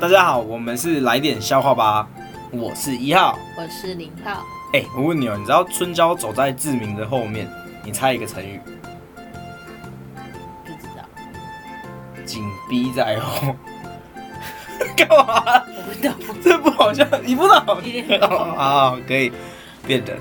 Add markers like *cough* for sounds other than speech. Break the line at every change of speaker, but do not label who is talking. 大家好，我们是来点笑话吧，我是一号。
我是零号，
哎、我问你哦，你知道春娇走在志明的后面，你猜一个成语，
不知道，
紧逼在后。 *laughs* 干嘛？
我不懂，
*laughs* 这不好笑，你不懂？
一点不懂
好好，可以变得